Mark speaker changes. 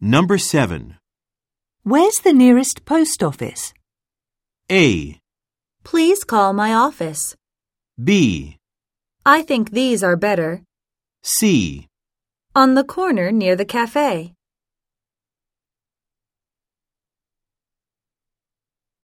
Speaker 1: Number 7.
Speaker 2: Where's the nearest post office?
Speaker 1: A,
Speaker 3: Please call my office.
Speaker 1: B,
Speaker 3: I think these are better.
Speaker 1: C.
Speaker 3: On the corner near the cafe.